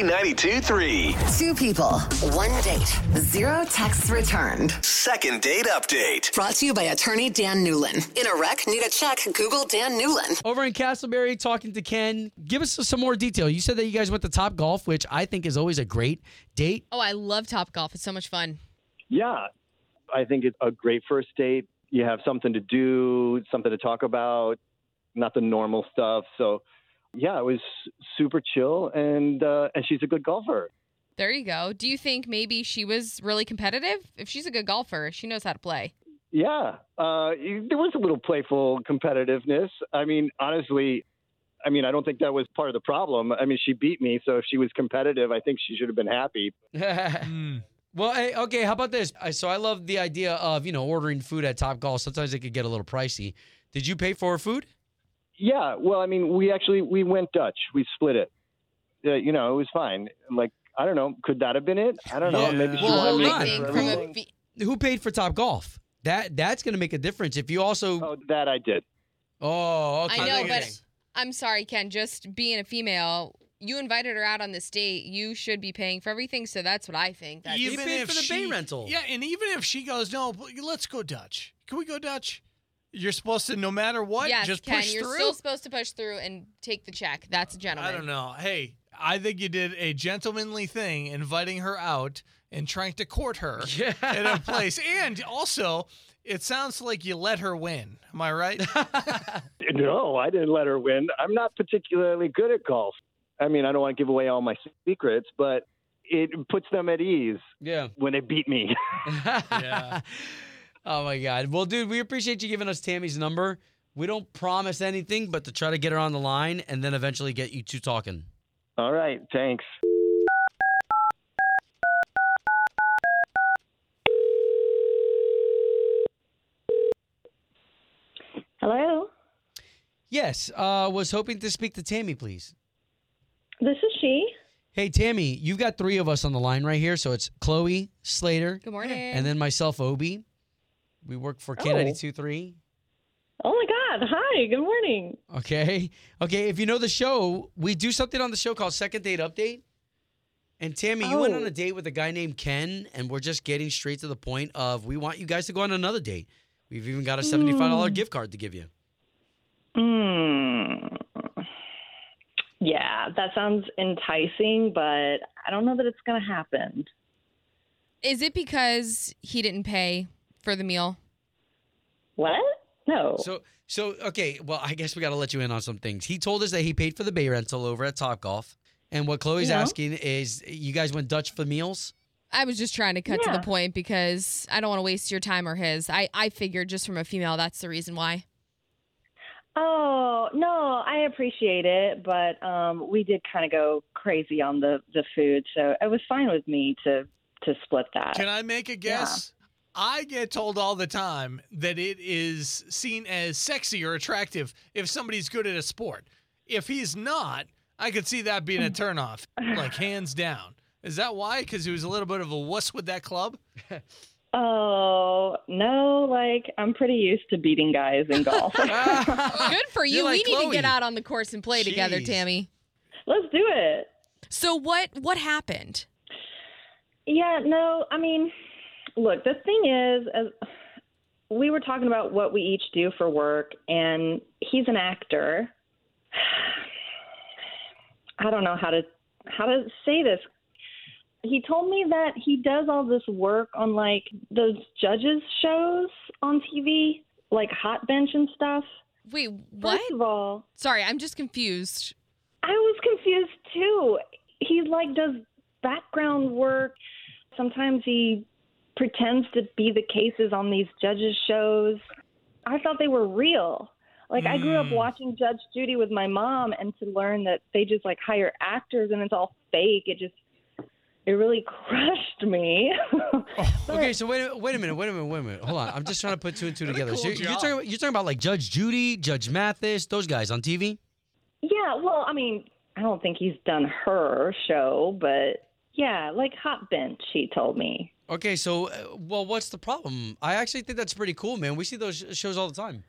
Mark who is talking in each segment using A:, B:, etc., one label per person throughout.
A: K92 3.
B: Two people, one date, zero texts returned.
A: Second date update.
B: Brought to you by attorney Dan Newlin. In a wreck, need a check, Google Dan Newlin.
C: Over in Castleberry, talking to Ken. Give us some more detail. You said that you guys went to Top Golf, which I think is always a great date.
D: Oh, I love Top Golf. It's so much fun.
E: Yeah, I think it's a great first date. You have something to do, something to talk about, not the normal stuff. So, yeah, it was super chill, and uh, and she's a good golfer.
D: There you go. Do you think maybe she was really competitive? If she's a good golfer, she knows how to play.
E: Yeah, uh, you- there was a little playful competitiveness. I mean, honestly, I mean, I don't think that was part of the problem. I mean, she beat me, so if she was competitive, I think she should have been happy.
C: well, hey, okay, how about this? I- So I love the idea of, you know, ordering food at Top Golf. Sometimes it could get a little pricey. Did you pay for food?
E: Yeah, well, I mean, we actually we went Dutch. We split it. Uh, you know, it was fine. Like I don't know, could that have been it? I don't know.
C: Yeah.
E: Maybe she
C: Well,
E: wanted
C: hold
E: me
D: I
C: on.
E: to
D: think
E: do
D: from a
E: everything.
D: fe-
C: Who paid for Top Golf? That that's going to make a difference if you also
E: Oh, that I did.
C: Oh, okay.
D: I know,
C: okay.
D: but I'm sorry, Ken. Just being a female, you invited her out on this date. You should be paying for everything. So that's what I think. That's
C: You paid for the bay rental.
F: Yeah, and even if she goes, no, but let's go Dutch. Can we go Dutch? You're supposed to, no matter what,
D: yes,
F: just
D: Ken.
F: push
D: you're
F: through.
D: still supposed to push through and take the check. That's a gentleman.
F: I don't know. Hey, I think you did a gentlemanly thing inviting her out and trying to court her
C: Yeah.
F: at a place. And also, it sounds like you let her win. Am I right?
E: No, I didn't let her win. I'm not particularly good at golf. I mean, I don't want to give away all my secrets, but it puts them at ease
C: yeah.
E: when they beat me.
F: Yeah.
C: Oh my God. Well, dude, we appreciate you giving us Tammy's number. We don't promise anything, but to try to get her on the line and then eventually get you two talking.
E: all right, thanks.
G: Hello,
C: Yes. Uh, was hoping to speak to Tammy, please.
G: this is she.
C: Hey, Tammy, you've got three of us on the line right here. So it's Chloe, Slater,
D: Good morning.
C: and then myself, Obi. We work for K92.3.
G: Oh my God! Hi, good morning.
C: Okay. Okay. If you know the show, we do something on the show called Second Date Update. And Tammy, you went
G: Oh.
C: on a date with a guy named Ken, and we're just getting straight to the point of we want you guys to go on another date. We've even got a seventy-five dollar gift card to give you.
G: Mm. Yeah, that sounds enticing, but I don't know that it's gonna happen.
D: Is it because he didn't pay for the meal?
G: What? No.
C: So, so okay. Well, I guess we got to let you in on some things. He told us that he paid for the bay rental over at Top Golf, and what Chloe's
G: Yeah.
C: asking is, you guys went Dutch for meals?
D: I was just trying to cut to
G: Yeah.
D: the point because I don't want to waste your time or his. I, I figured just from a female, that's the reason why.
G: oh no, I appreciate it, but um, we did kind of go crazy on the the food, so it was fine with me to to split that.
F: Can I make a guess? I get told all the time that it is seen as sexy or attractive if somebody's good at a sport. If he's not, I could see that being a turnoff, like hands down. Is that why? Because he was a little bit of a wuss with that club?
G: oh no, like I'm pretty used to beating guys in golf.
D: Good for you.
C: You're like
D: we need to
C: Chloe.
D: get out on the course and play together,
C: Jeez.
D: Tammy.
G: Let's do it.
D: So what what happened?
G: Yeah, no, I mean, look, the thing is, as we were talking about what we each do for work, and he's an actor. I don't know how to how to say this. He told me that he does all this work on like those judges shows on TV, like Hot Bench and stuff.
D: Wait, what?
G: First of all,
D: Sorry, I'm just confused.
G: I was confused too. He like does background work. Sometimes he pretends to be the cases on these judges shows. I thought they were real. Like I grew up
F: Mm.
G: watching Judge Judy with my mom and to learn that they just like hire actors and it's all fake. It just it really crushed me.
C: Okay, so wait, a- wait a minute, wait a minute, wait a minute. Hold on, I'm just trying to put two and two together. So
F: cool
C: you're, you're
F: job.
C: talking, you're talking about like Judge Judy, Judge Mathis, those guys on TV.
G: yeah, well, I mean, I don't think he's done her show, but yeah, like Hot Bench, he told me.
C: Okay, so uh, well, what's the problem? I actually think that's pretty cool, man. We see those sh- shows all the time.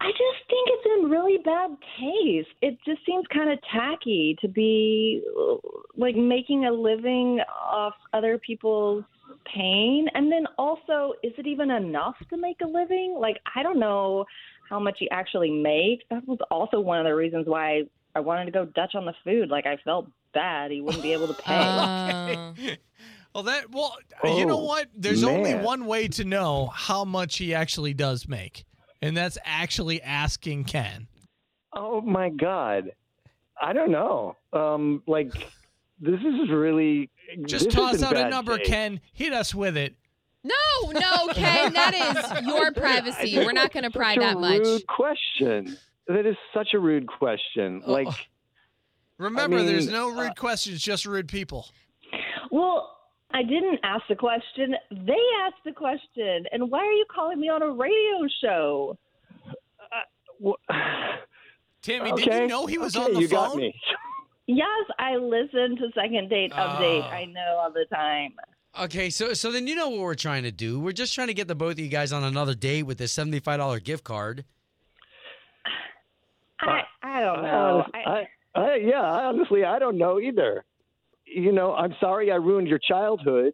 G: I just think it's in really bad taste. It just seems kind of tacky to be like making a living off other people's pain. And then also, is it even enough to make a living? Like, I don't know how much you actually make. That was also one of the reasons why I wanted to go Dutch on the food. Like, I felt bad he wouldn't be able to pay.
D: Uh,
F: Well, that well, you know
E: Oh,
F: what? There's only
E: man.
F: one way to know how much he actually does make, and that's actually asking Ken.
E: Oh my God. I don't know. Um, like, this is really.
F: Just
E: this
F: toss
E: isn't
F: out a
E: bad
F: number,
E: taste.
F: Ken. Hit us with it.
D: no, no, Ken, that is your privacy. We're not going to pry
E: Such a
D: that much.
E: Rude question. That is such a rude question.
D: Oh.
E: Like,
F: Remember, there's
E: mean, uh,
F: no rude questions, just rude people.
G: Well, I didn't ask the question. They asked the question. And why are you calling me on a radio show?
E: wh-
F: Timmy,
E: okay.
F: did you know he was
E: okay,
F: on the
E: you
F: phone?
E: got me.
G: Yes, I listen to Second Date Update. I know all the time.
C: Okay, so so then you know what we're trying to do. We're just trying to get the both of you guys on another date with this seventy-five dollar gift card.
G: I, I don't know.
E: honest- I,
G: I,
E: I, yeah, I honestly, I don't know either. You know, I'm sorry I ruined your childhood,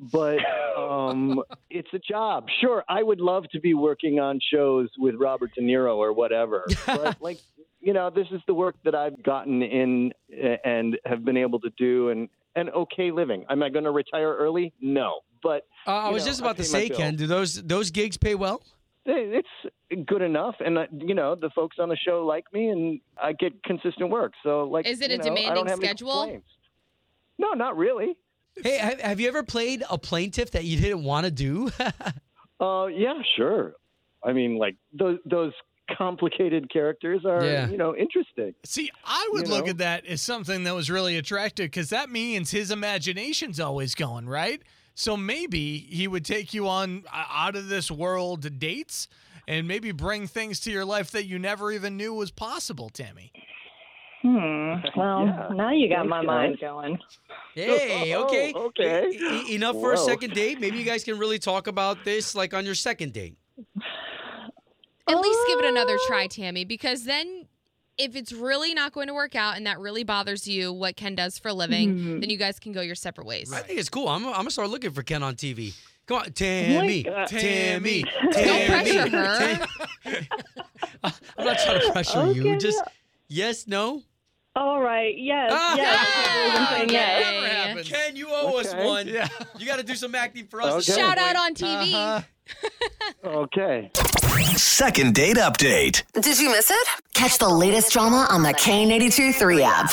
E: but um, it's a job. Sure, I would love to be working on shows with Robert De Niro or whatever, but like, you know, this is the work that I've gotten in a- and have been able to do and an okay living. Am I going to retire early? No, but
C: Uh, I
E: You
C: was
E: know,
C: just
E: I
C: about to
E: pay
C: say,
E: my
C: Ken, do those those gigs pay well?
E: it- it's good enough, and uh, you know, the folks on the show like me, and I get consistent work. So, like,
D: Is it
E: you
D: a
E: know, I
D: demanding
E: don't have any
D: schedule?
E: complaints. No, not really.
C: Hey, have, have you ever played a plaintiff that you didn't want to do?
E: Uh, yeah, sure. I mean, like those those complicated characters are,
C: Yeah.
E: you know, interesting.
F: See, I would
E: You
F: look
E: know?
F: at that as something that was really attractive because that means his imagination's always going, right? So maybe he would take you on uh, out of this world dates and maybe bring things to your life that you never even knew was possible, Tammy.
G: hmm. Well,
E: Yeah.
G: now you got my
E: Okay.
G: mind going.
C: hey,
E: Oh,
C: okay,
E: okay.
C: E- e- enough for a
E: Whoa.
C: second date. Maybe you guys can really talk about this, like on your second date.
D: At least give it
C: Ah.
D: another try, Tammy, because then if it's really not going to work out and that really bothers you, what Ken does for a living,
C: Hmm.
D: then you guys can go your separate ways.
C: I think it's cool. I'm, I'm gonna start looking for Ken on TV. Come on, Tammy,
E: Oh God.
C: Tammy, Tammy.
D: pressure her.
C: Tam- I'm not trying to pressure you.
G: Okay,
C: Just yes, no.
G: All right. Yes.
C: Ah!
G: yes. I can't believe I'm saying yes.
D: Yeah.
F: Never happens.
C: Ken, you owe us
E: Okay.
C: one.
F: Yeah.
C: You got to do some acting for us.
E: Okay.
D: Shout out on TV.
F: Uh-huh.
E: Okay.
A: Second date update.
B: Did you miss it? Catch the latest drama on the K82 3 app.